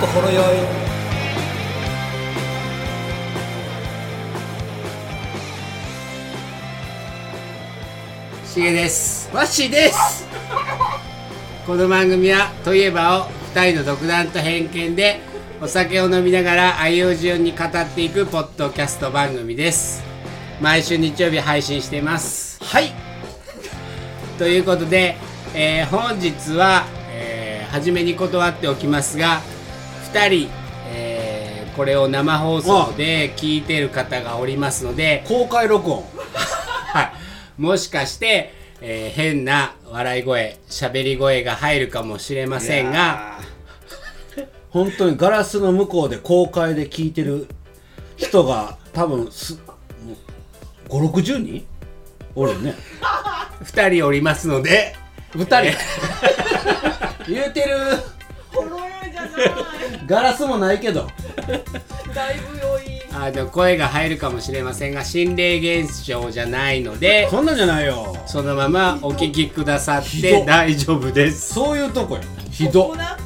の宵しげですわっしーですこの番組は「といえば」を2人の独断と偏見でお酒を飲みながら愛用順に語っていくポッドキャスト番組です毎週日曜日配信していますはいということで、えー本日は、えー初めに断っておきますが2人、えーこれを生放送で聞いてる方がおりますので公開録音はいもしかして、えー変な笑い声喋り声が入るかもしれませいんがやー本当にガラスの向こうで公開で聞いてる人が多分す560人おるよね2人おりますので2え人 言うてるほろ酔いじゃない。ガラスもないけどだいぶ酔い。あの声が入るかもしれませんが心霊現象じゃないのでそんなんじゃないよそのままお聞きくださっひてど大丈夫です。そういうとこやひどここな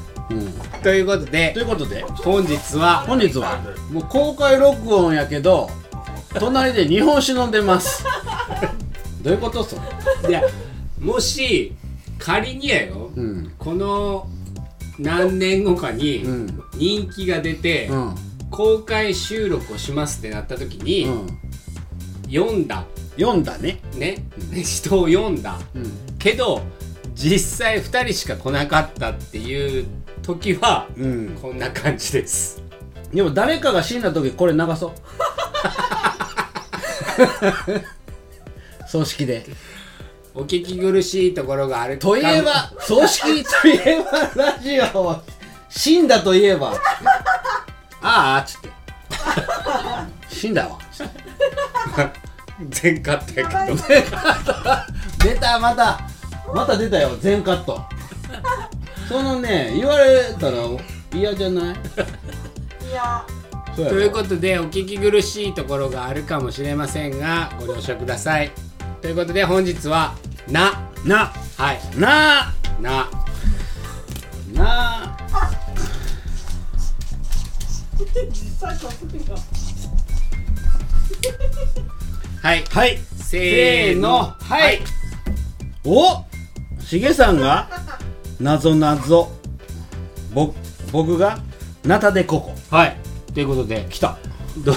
ということでということで本日は本日はもう公開録音やけど隣で日本酒飲んでますどういうことそれいやもし仮にやよ、うんこの何年後かにうん人気が出て、うん公開収録をしますってなった時に、うん読んだ読んだねね、人を読んだうんけど実際2人しか来なかったっていう時はうんこんな感じですでも誰かが死んだ時これ流そう葬式でお聞き苦しいところがあるといえば葬式といえばラジオ死んだといえばああつって死んだわつって 全カットやけど出たまたまた出たよ全カットそのね言われたら嫌じゃないいや、そうやとろいうことでお聞き苦しいところがあるかもしれませんがご了承くださいということで本日は「なな」はいな「な」なさっきのプリンが。はいはいせーのはいおしげさんがなぞなぞぼ僕がなたでここはいということで来たど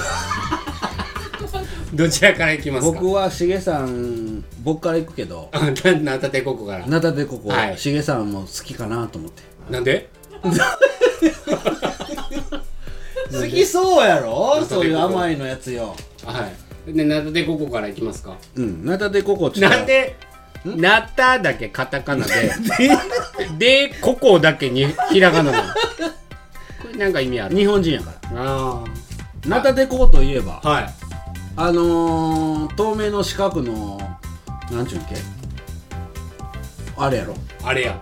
どちらから行きますか僕はしげさん僕から行くけどあ なんなんたてここからなたでここ、はいしげさんも好きかなと思ってなんで好きそうやろそういう甘いのやつよはいでなんたてここから行きますかうんなたでここちょっとなんでなただけカタカナで でここだけにひらがななのこれなんか意味ある日本人やからあなたでここといえばあはいあのー、透明の四角のなんちゅうんけあれやろあれや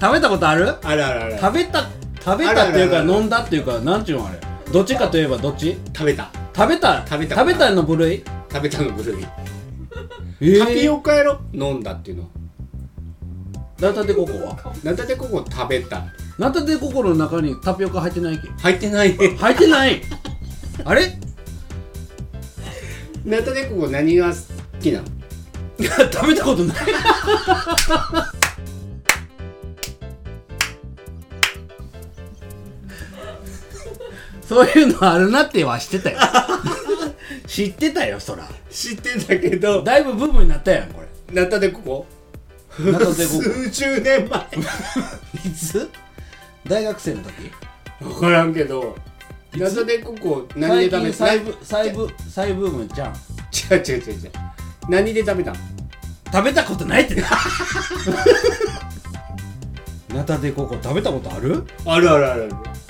食べたことあるあれあれあれ食べた食べたっていうあかららららら飲んだっていうかなんちゅうのあれどっちかといえばどっち食べた食べた食べた食べたの部類食べたの部類、えータピオカやろ飲んだっていうのナタデココはなんたてここ食べたナタデココの中にタピオカ入ってないっけ入ってないね入ってないあれ なんたてここ何が好きなの食べたことないそういうのあるなっては知 ってたよ知ってたよそら知ってたけどだいぶブームになったやんこれなんたてここナタデココ数十年前いつ大学生の時分からんけど謎でここ何で食べた最近再ブ再ブ再ブームじゃん違う違う違う違う何で食べたの食べたことないってな ナタデココ食べたことあるあるあるあるあ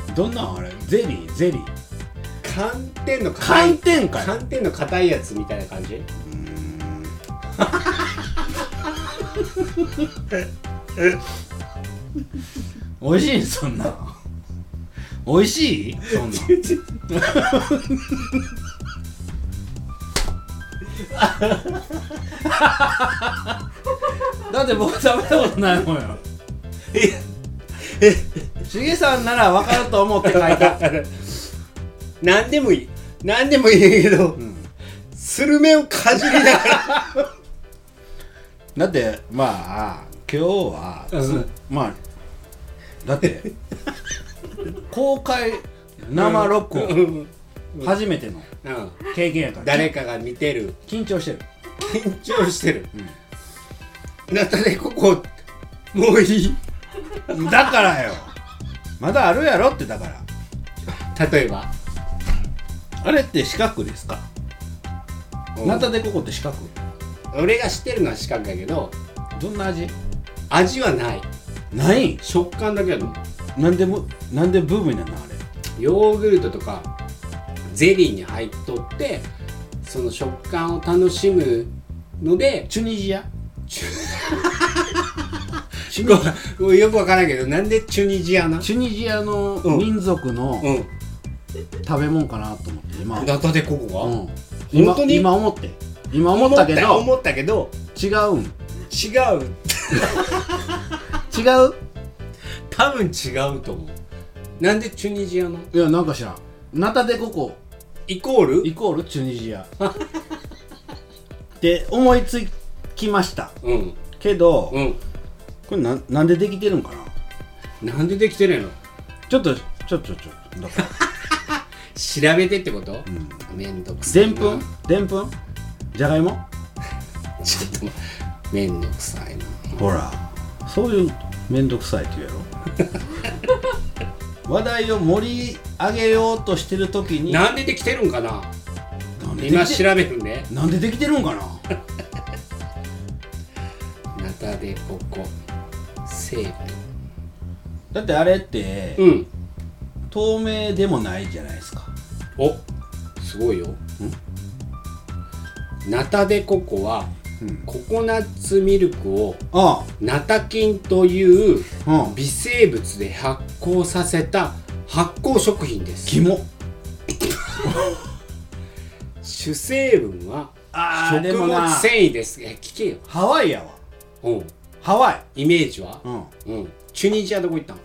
るどんなんあれゼリーゼリー寒天の硬寒い天かよ寒天の硬いやつみたいな感じ美味しいそんなん美味しいそん なんだって僕食べたことないもんよしげさんなら分かると思って書いた、何でもいい何でもいいけど、うんスルメをかじりながらだってまあ今日は、 うんまあだって公開生録う音ん初めてのうん経験やから誰かが見てる緊張してる緊張してる、なたでここもういいだからよまだあるやろってだから例えばあれって四角ですかナタうんデココって四角俺が知ってるのは四角やけどどんな味味はないない食感だけやと思うなんでもなんでブームになるのあれヨーグルトとかゼリーに入っとってその食感を楽しむのでチュニジアチチごめんごめんよくわからんけどなんでチュニジアなチュニジアのうん民族のう食べ物かなと思って今、んだってここうが、ん、今本当に今思って今思ったけど思ったけど違うん違違うう多分違うと思うなんでチュニジアないやなんか知らんナタデココイコールイコールチュニ ジアって思いつきましたうんけど、うんこれなんなんでできてるんかななんでできてるんやろちょっとちょちょちょだから調べてってこと、んめんどくさでいんなぷ んでんぷんじゃがいもちょっと待ってめんどくさいなほらそういう面倒くさいって言うや ろ話題を盛り上げようとしてる時になんでできてるんかななんでで今きて調べるねなんでできてるんかなナタデココセーだってあれって、ブうん透明でもないじゃないですかおすごいよナタデココはうんココナッツミルクをあナタ菌というあうん微生物で発酵させた発酵食品です肝主成分はあーで食も物な繊維ですえ聞けよ、ハワイやわうん、ハワイイメージは、うんうん、チュニジアどこ行ったん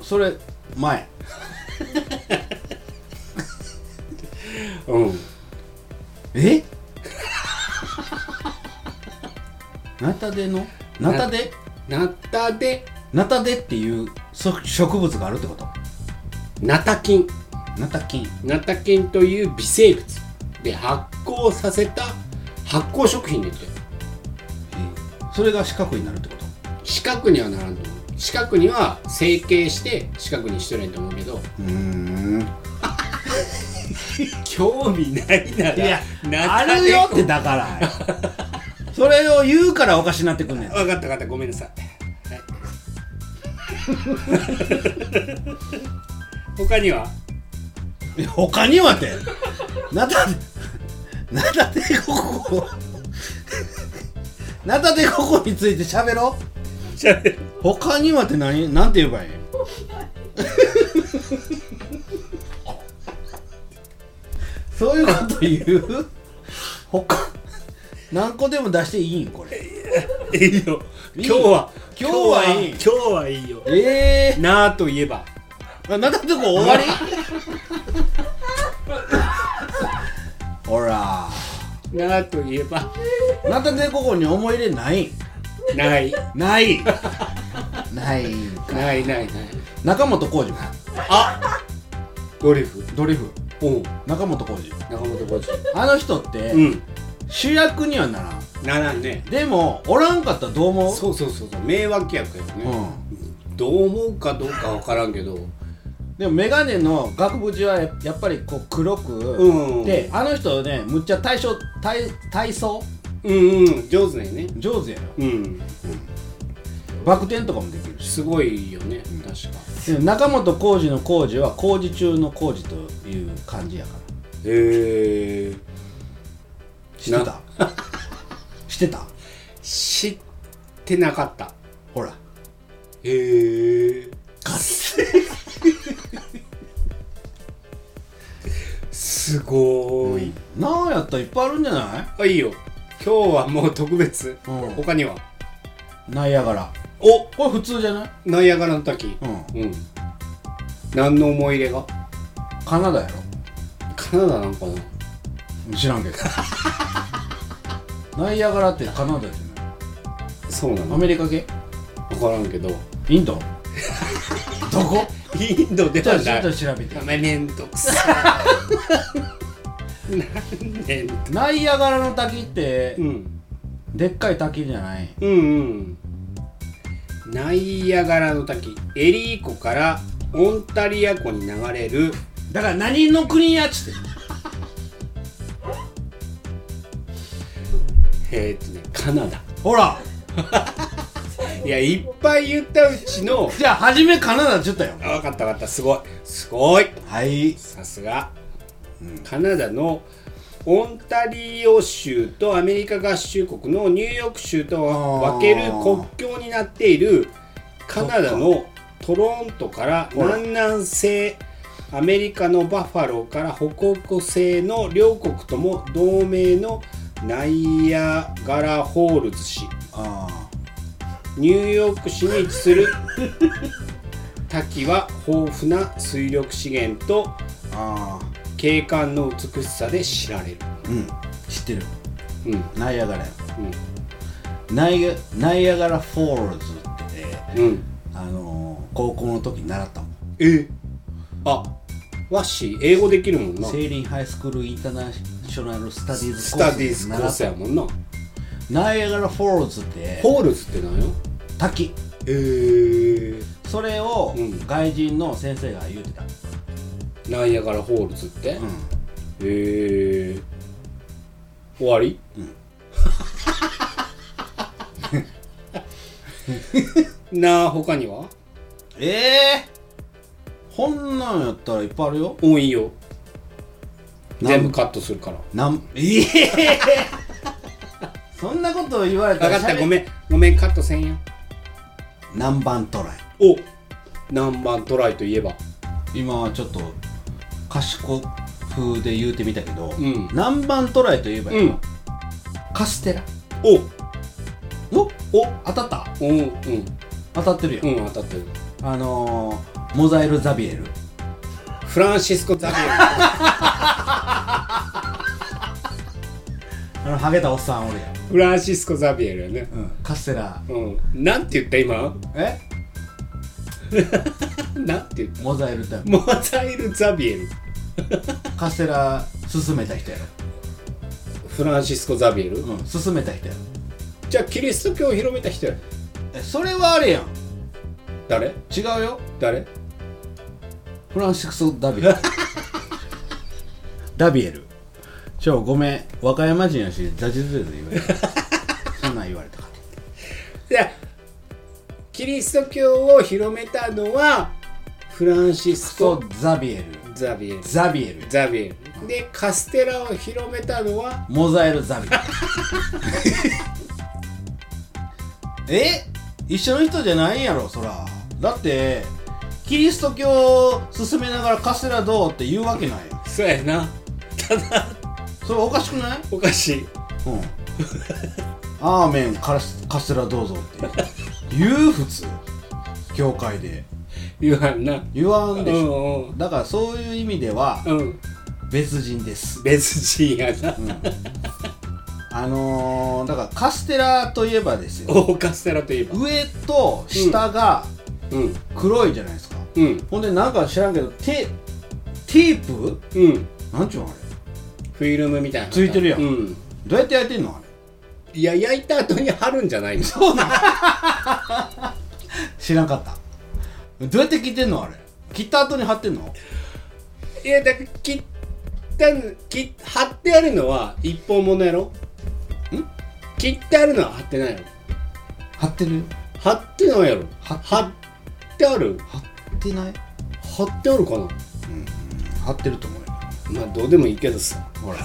それ前うん えナタデのナタデナタデナタデっていうそ植物があるってことナタ菌ナタ菌ナタ菌という微生物で発酵させた発酵食品ですよそれが四角になるってこと四角にはならんと思う四角には成形して四角にしとるんやと思うけどうーん興味ないないらやあナタるデコよってだからそれを言うからおかしになってくんねん分かった分かったごめんなさい、はい、 他にはいや他にはってナタデナタデココナタデココについて喋ろうじゃあね他にはって何なんて言えばいいそういうこと言う他何個でも出していいんこれいいよい今い日は今日はいい今日はいいよ えなあといえばー、あなたとこ終わ りほらなあといえばなたでここに思い入れないないないないんかないないない中本浩二はあドリフドリフうん中本浩二中本浩二あの人って、うん主役にはならんならんねでもおらんかったらどう思うそうそうそうそう迷惑役やようね、んどう思うかどうかわからんけどでも眼鏡の額縁はややっぱりこう黒く、うんであの人ねむっちゃ体操体体操うんうん上手だよね上手やようんバク転とかもできるしすごいよね、確かで中本浩二の浩二は工事中の工事という感じやからへえ知ってた 知ってた知ってなかったほらへえガス すごい、なんやったらいっぱいあるんじゃないあいいよ今日はもう特別、うん他にはナイアガラおこれ普通じゃないナイアガラの滝うんうん何の思い入れがカナダやカナダなんかなろ知らんけど ナイアガラってカナダじゃないそうなのアメリカ系分からんけどイ ンドどこインドでちょはっとちょなっとい調べてめめんどくさなんでナイアガラの滝って、うんでっかい滝じゃないうんうんナイアガラの滝エリー湖からオンタリア湖に流れるだから何の国やっつってえーっとねカナダほらいやいっぱい言ったうちのじゃあ初めカナダっちゅったよあ分かった分かったすごいすごいはいさすが、カナダのオンタリオ州とアメリカ合衆国のニューヨーク州とあー分ける国境になっているカナダのトロントからほら南南西アメリカのバファローから北北西の両国とも同盟のナイアガラホールズ市あニューヨーク市に位置する滝は豊富な水力資源とーあ景観の美しさで知られるーうん知ってるうんナイアガラやナイアナイアガラフォールズってね、うんうんあのー高校の時に習ったもんえあワッシー英語できるもんなセーリンハイスクールインターナショナルスタディーズスタディーズコース習やっもんなたナイアガラフォールズってホールズってなんよ滝えー、それをうん外人の先生が言うてた、うナイアガラホールズって、んえー、終わり、 なあ他にはええー、こんなんやったらいっぱいあるよ多いよなん全部カットするからなんえ えそんなこと言われた分らかった喋ごめんごめんカットせんや南蛮トライお南蛮トライといえば今はちょっと賢風で言うてみたけど、ん南蛮トライといえばやなうんカステラおおお当たったうんうん当たってるよ、うん当たってるあのー、モザイル・ザビエルフランシスコ・ザビあのハゲたおっさんおるやんエルフランシスコ・ザビエルやねうん、カステラうんなんて言った今えなんて言ったモザイルってモザイル・ザビエルカステラ勧めた人やろフランシスコ・ザビエル、うん勧めた人やろじゃあキリスト教を広めた人やえそれはあれやん誰違うよ誰フランシスコ・ダビ エルダビエルちょごめん和歌山人やしダジズレで言われたそんなん言われたかいやキリスト教を広めたのはフランシスそコう・ザビエルザビエルザビエルザビエルでカステラを広めたのはモザイル・ザビエル え一緒の人じゃないんやろそらだってキリスト教を進めながらカステラどうって言うわけないやんそうやなただそれおかしくないおかしいうん アーメンカスカステラどうぞって言う言う普通教会で言わんな言わんでしょ、うんうんだからそういう意味ではうん別人です、別人やなうん、あのー、だからカステラといえばですよオーカステラといえば上と下がうん黒いじゃないですか、うんほんでなんか知らんけどテテープうんなんちゅうのあれフィルムみたいなついてるやんうんどうやって焼いてんのあれいや焼いた後に貼るんじゃないのそうなん知らんかったどうやって切ってんのあれ切った後に貼ってんのいやだから切った切貼ってあるのは一本物やろん切ってあるのは貼ってないやろ貼ってるよ貼ってないやろ貼って貼ってある貼ってない貼ってあるかな貼ってると思うよまあどうでもいいけどさ ほら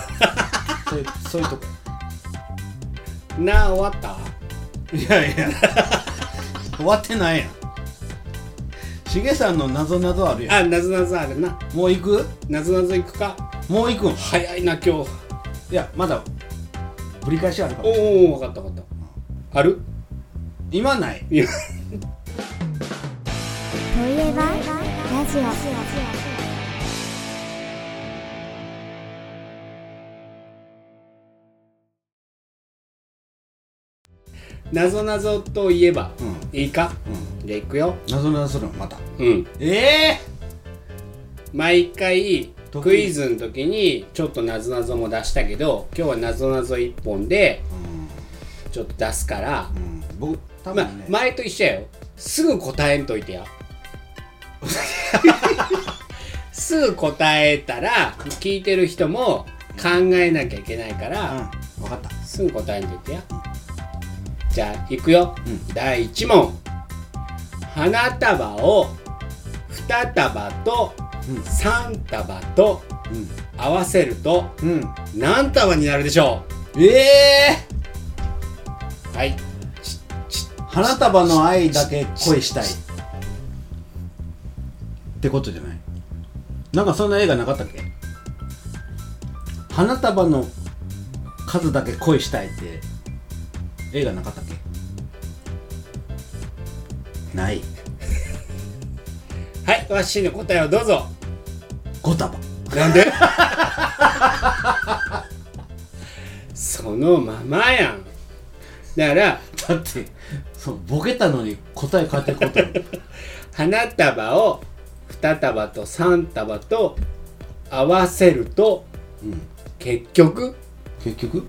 そういうそういうとこなあ終わったいやいや終わってないやんしげさんの謎謎あるやあなぞなぞあるなんもう行くなぞなぞいくかもう行くんい早いな今日やまだぶり返しあるからおお分かった分かったある今ない今といえばラジオなぞなぞといえば、ういいか、うじゃあいくよなぞなぞのまたうんええ毎回得意クイズの時にちょっとなぞなぞも出したけど今日はなぞなぞ1本でちょっと出すから、うん、うん、僕多まあ分ね、前と一緒やよすぐ答えんとい てやすぐ答えたら聞いてる人も考えなきゃいけないから、うん分かったすぐ答えんといてやじゃあいくよ、うん第1問花束を2束と3束とう合わせるとんうん、うん、何束になるでしょええうはい花束の愛だけ恋したいってことじゃないなんかそんな映画なかったっけ花束の数だけ恋したいって映画なかったっけないはいわっしーの答えをどうぞ5束なんでそのままやんだから だってそうボケたのに答え変えてることやん花束を2束と3束と合わせるとうん結局結局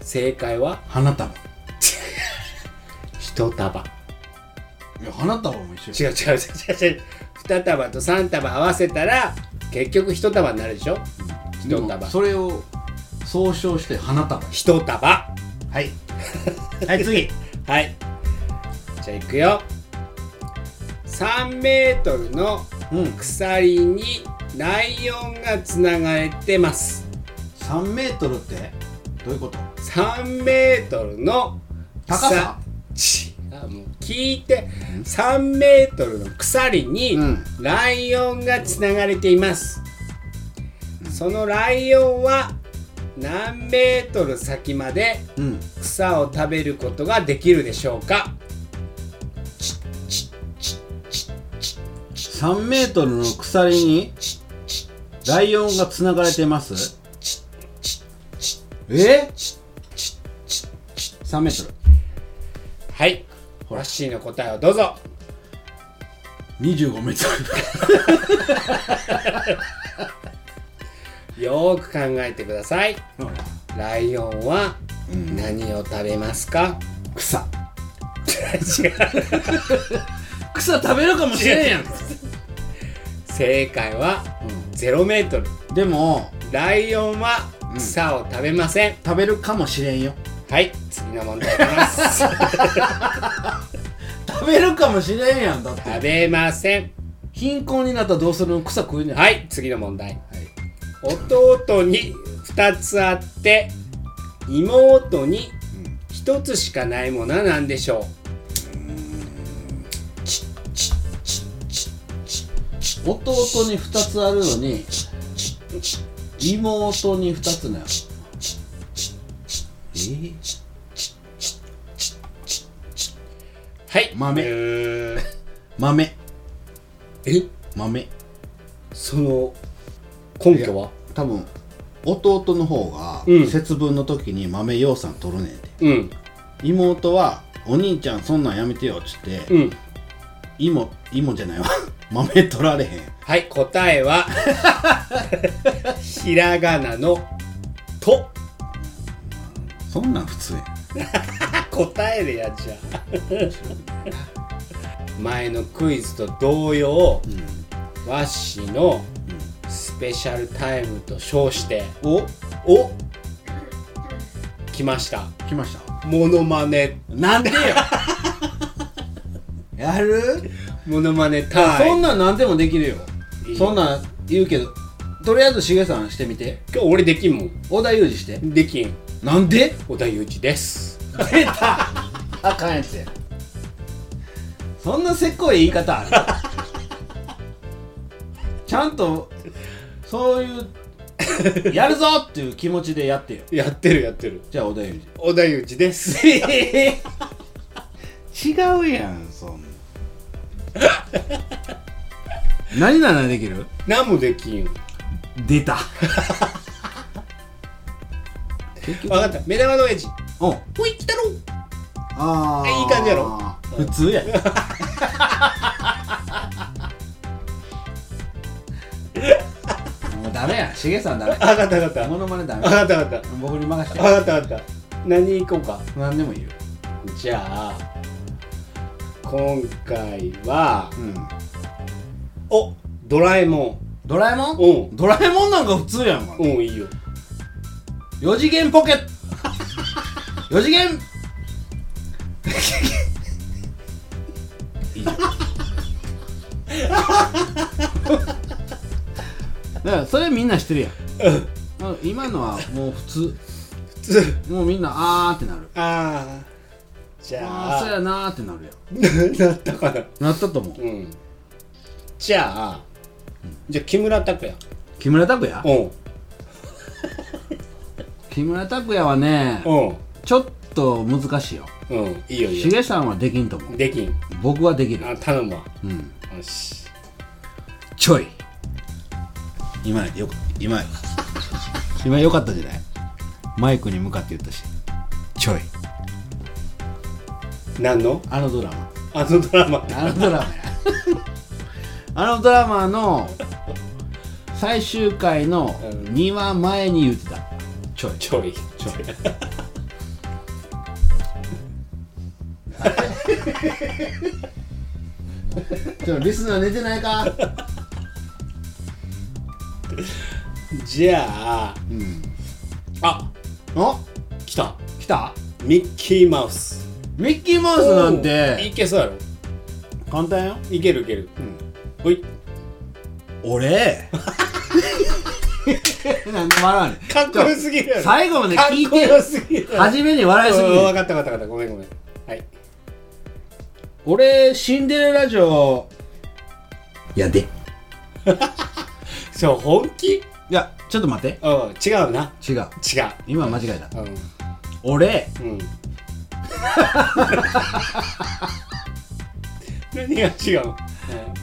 正解は花束い1束や花束も一緒違う違う違う違う違う2束と3束合わせたら結局1束になるでしょで1も束それを総称して花束1束はい。はい、次。 はい。じゃあいくよ。3メートルのうん。鎖にライオンがつながれてます。 3メートルってどういうこと3メートルの高さちあもう聞いて3メートルの鎖にうんライオンがつながれています、そのライオンは何メートル先までうん。草を食べることができるでしょうか3メートルの鎖にライオンがつながれてますえ ?3 メートル。はい。ラッシーの答えをどうぞ。 25メートル。よーく考えてください。ライオンは何を食べますか、草。違う。草食べるかもしれんやん。正解は0メートル。でも、ライオンは草を食べません。食べるかもしれんよ。はい。次の問題いき ます。食べるかもしれんやん。だっ食て。べません。貧困になったらどうするの草食うねん。はい。次の問題。弟に2つあって、妹に1つしかないものは何でしょ弟に2つあるのに妹に2つなのえーうはい。豆うーん豆え豆その根拠は多分弟の方がうん節分の時に豆養蚕取るねんて、うん妹は「お兄ちゃんそんなんやめてよ」っつって、うん芋芋じゃないわ 豆取られへんはい答え はひらがなの「とそんなん普通やん」答えでやっちゃう 前のクイズと同様和紙のスペシャルタイムと称しておお来ました来ましたモノマネなんで よやるモノマネタイそんムなん何でもできるよいいそんなん言うけどとりあえずしげさんしてみて今日俺できんもん織田裕二してできんなんで小田裕二です出たあかんやつやそんなせっこい言い方 あるちゃんとそういうやるぞっていう気持ちでやってよやってるやってるじゃあ織田裕小田裕二です二違うやんそんな何ならできる何もできんよ出 た結分局かった目玉の親父おほい来たろあーいい感じやろ普通や もうダメやしげさんダメ分かった分かったモノマネダ分 メかった分かっ僕に任せたて分かった分かった何行こうか何でもいいよじゃあ今回はうんおドラえもドラえもんうんドラえもんなんか普通やんかんうんいい よ4次元ポケット4次元以上だからそれみんなしてるやんあ今のはもう普通普通もうみんなあーってなるああじゃああーそうやなーってなるやんなったかななったと思ううんじゃあじゃあ木村拓哉木村拓哉うん木村拓哉はねうんちょっと難しいようんいいよいしいよげさんはできんと思うできん僕はできるあ頼むわうんよしちょい今よ今今よかったじゃないマイクに向かって言ったしちょい何のあのドラマあのドラマあのドラマや あのドラマの最終回のうん2話前に言ってたちょいちょいちょいちょっとリスナー寝てない かじゃあうんあお来た来たミッキーマウスミッキーマウスなんおういてけそうやろ簡単よいけるいけるほい俺 なんで笑わねんかっこよすぎるやろ最後までかっ聞いこてよすぎるやろ初めに笑いすぎうん分るかった分かった分かったごめんごめんはい俺シンデレラ城やでいそう本気うんやちょっと待って違うな違う違う今間違えたう俺んうん 何が違うの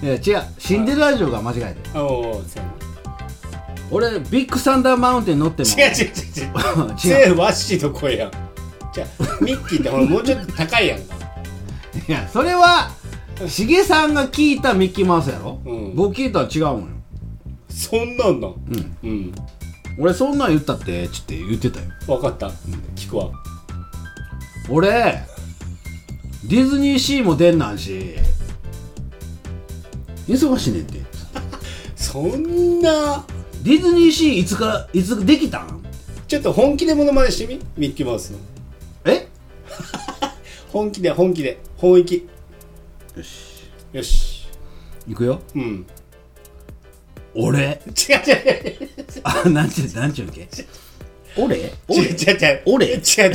いや違うシンデレラ城が間違えたうんおうおうそうや俺ビッグサンダーマウンテン乗ってもな違う違う違う違う 違うせいワッシーの声やんじゃあミッキーってほらもうちょっと高いやんかいやそれはしげさんが聞いたミッキーマウスやろ、うん僕聞いたら違うもんよそんなんなんうんうん俺そんなん言ったってちょって言ってたよ分かった聞くわ俺ディズニーシーも出んなんし忙しいねんってそんなディズニーシーいつからいつできたんちょっと本気でモノマネしてみミッキーマウスのえ本気で本気で本域よしよし行くようん 俺違う違う違うあなんちゅうなんちゅうんけ俺違う違う違う俺違う違う違う違う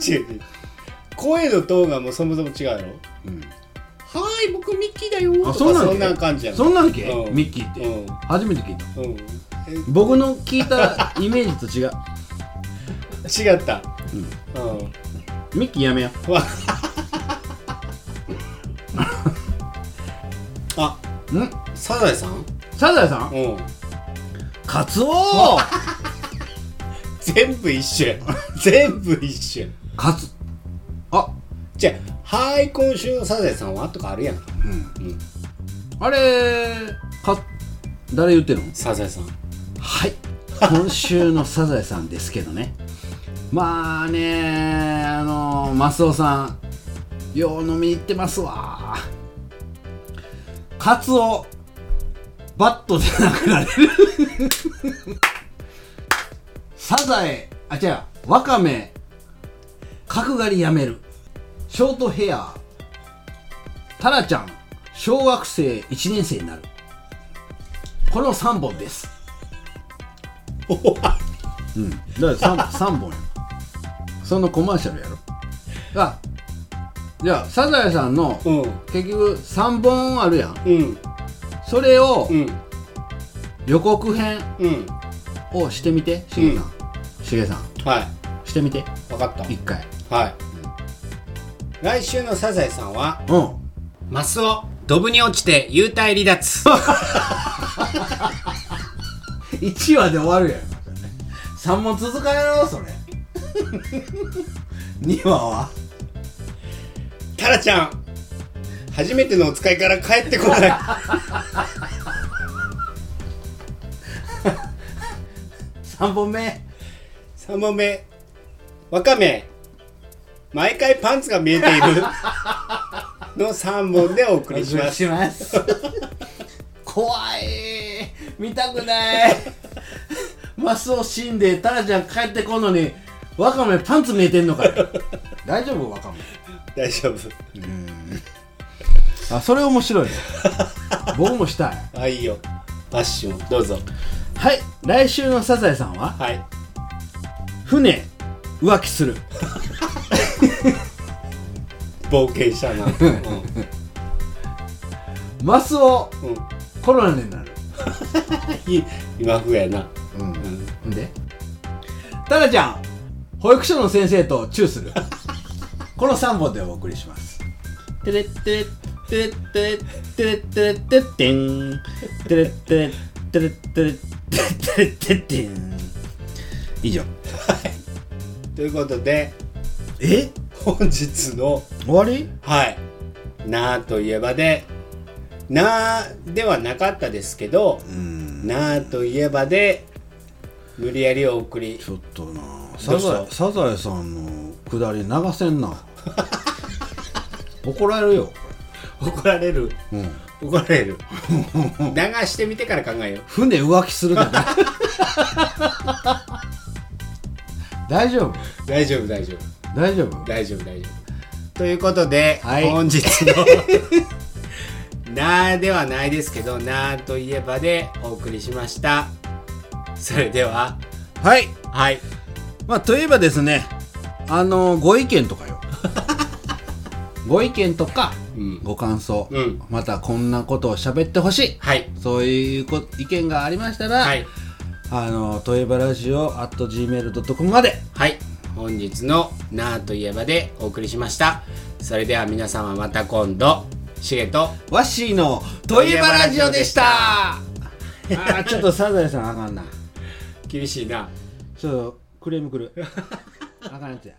違う違う声のトーンがもうそもそも違うやろうんはーい僕ミッキーだよーあとかそんなんけそんな感じやそんなんけ、うんミッキーって、うん初めて聞いたうん僕の聞いたイメージと違う え違ったうん、うんミッキーやめよわ あう。んサザエさんサザエさんうんカツオ全部一緒 や全部一緒やカツあじゃあ「はーい今週のサザエさんは?」とかあるやん、うん、あれか誰言ってるのサザエさんはい今週のサザエさんですけどね まあねあのマスオさんよう飲みに行ってますわカツオバットで殴られるサザエあ違うワカメ角刈りやめるショートヘアタラちゃん小学生1年生になるこの3本ですうん、だから三 3本やそのコマーシャルやろあじゃあサザエさんのうん結局3本あるやんうんそれをうん予告編うんをしてみてしげさん、しげさんはいしてみて分分かっ一回たはい、来週のサザエさんはうんマスオドブに落ちて幽体離 脱1話で終わるやん3問続かんやろそれ2話はタラちゃん初めてのお使いから帰ってこ ない3本目3問目わかめ毎回パンツが見え ているの3本でお送りしますします 怖い見たくない マスを死んでタラちゃん帰ってこんのにワカメパンツ見えてんのか よ大丈夫ワカメ大丈夫あそれ面白いね 僕もしたいあいいよパッションどうぞはい来週のサザエさんははい船浮気する冒険し たな、うんマスをうん、コロナになるい今風やなうん、でタラちゃん保育所の先生とチューするこの3本でお送りしますテレッテレッテレッテレッテレッテレッテレッテンテレッテレッテレッテレッテレッテレッテン以上ということでえ本日の終わりはい「なあ」といえばで「なあ」ではなかったですけどう「んなあ」といえばで無理やりお送りちょっとなどサうしたザエサザエさんのくだり流せんな 怒られるよ、怒られるうん、怒られる流してみてから考えよう船浮気するだ大丈夫 大丈夫大丈夫大丈夫大丈夫大丈夫ということで、はい本日の なーではないですけどなーといえばでお送りしましたそれでははいはいまあといえばですねあのご意見と かよご意見とかうんご感想、うんまたこんなことを喋ってほしいはいそういうこ意見がありましたら、はいあの、といえばラジオ at gmail.com まで。はい本日のなーといえばでお送りしましたそれでは皆様また今度しげとワッシーのといえばラジオでしたあー、ちょっとサザエさんあかんな。厳しいな ちょっとクレームくる。あかんやつや。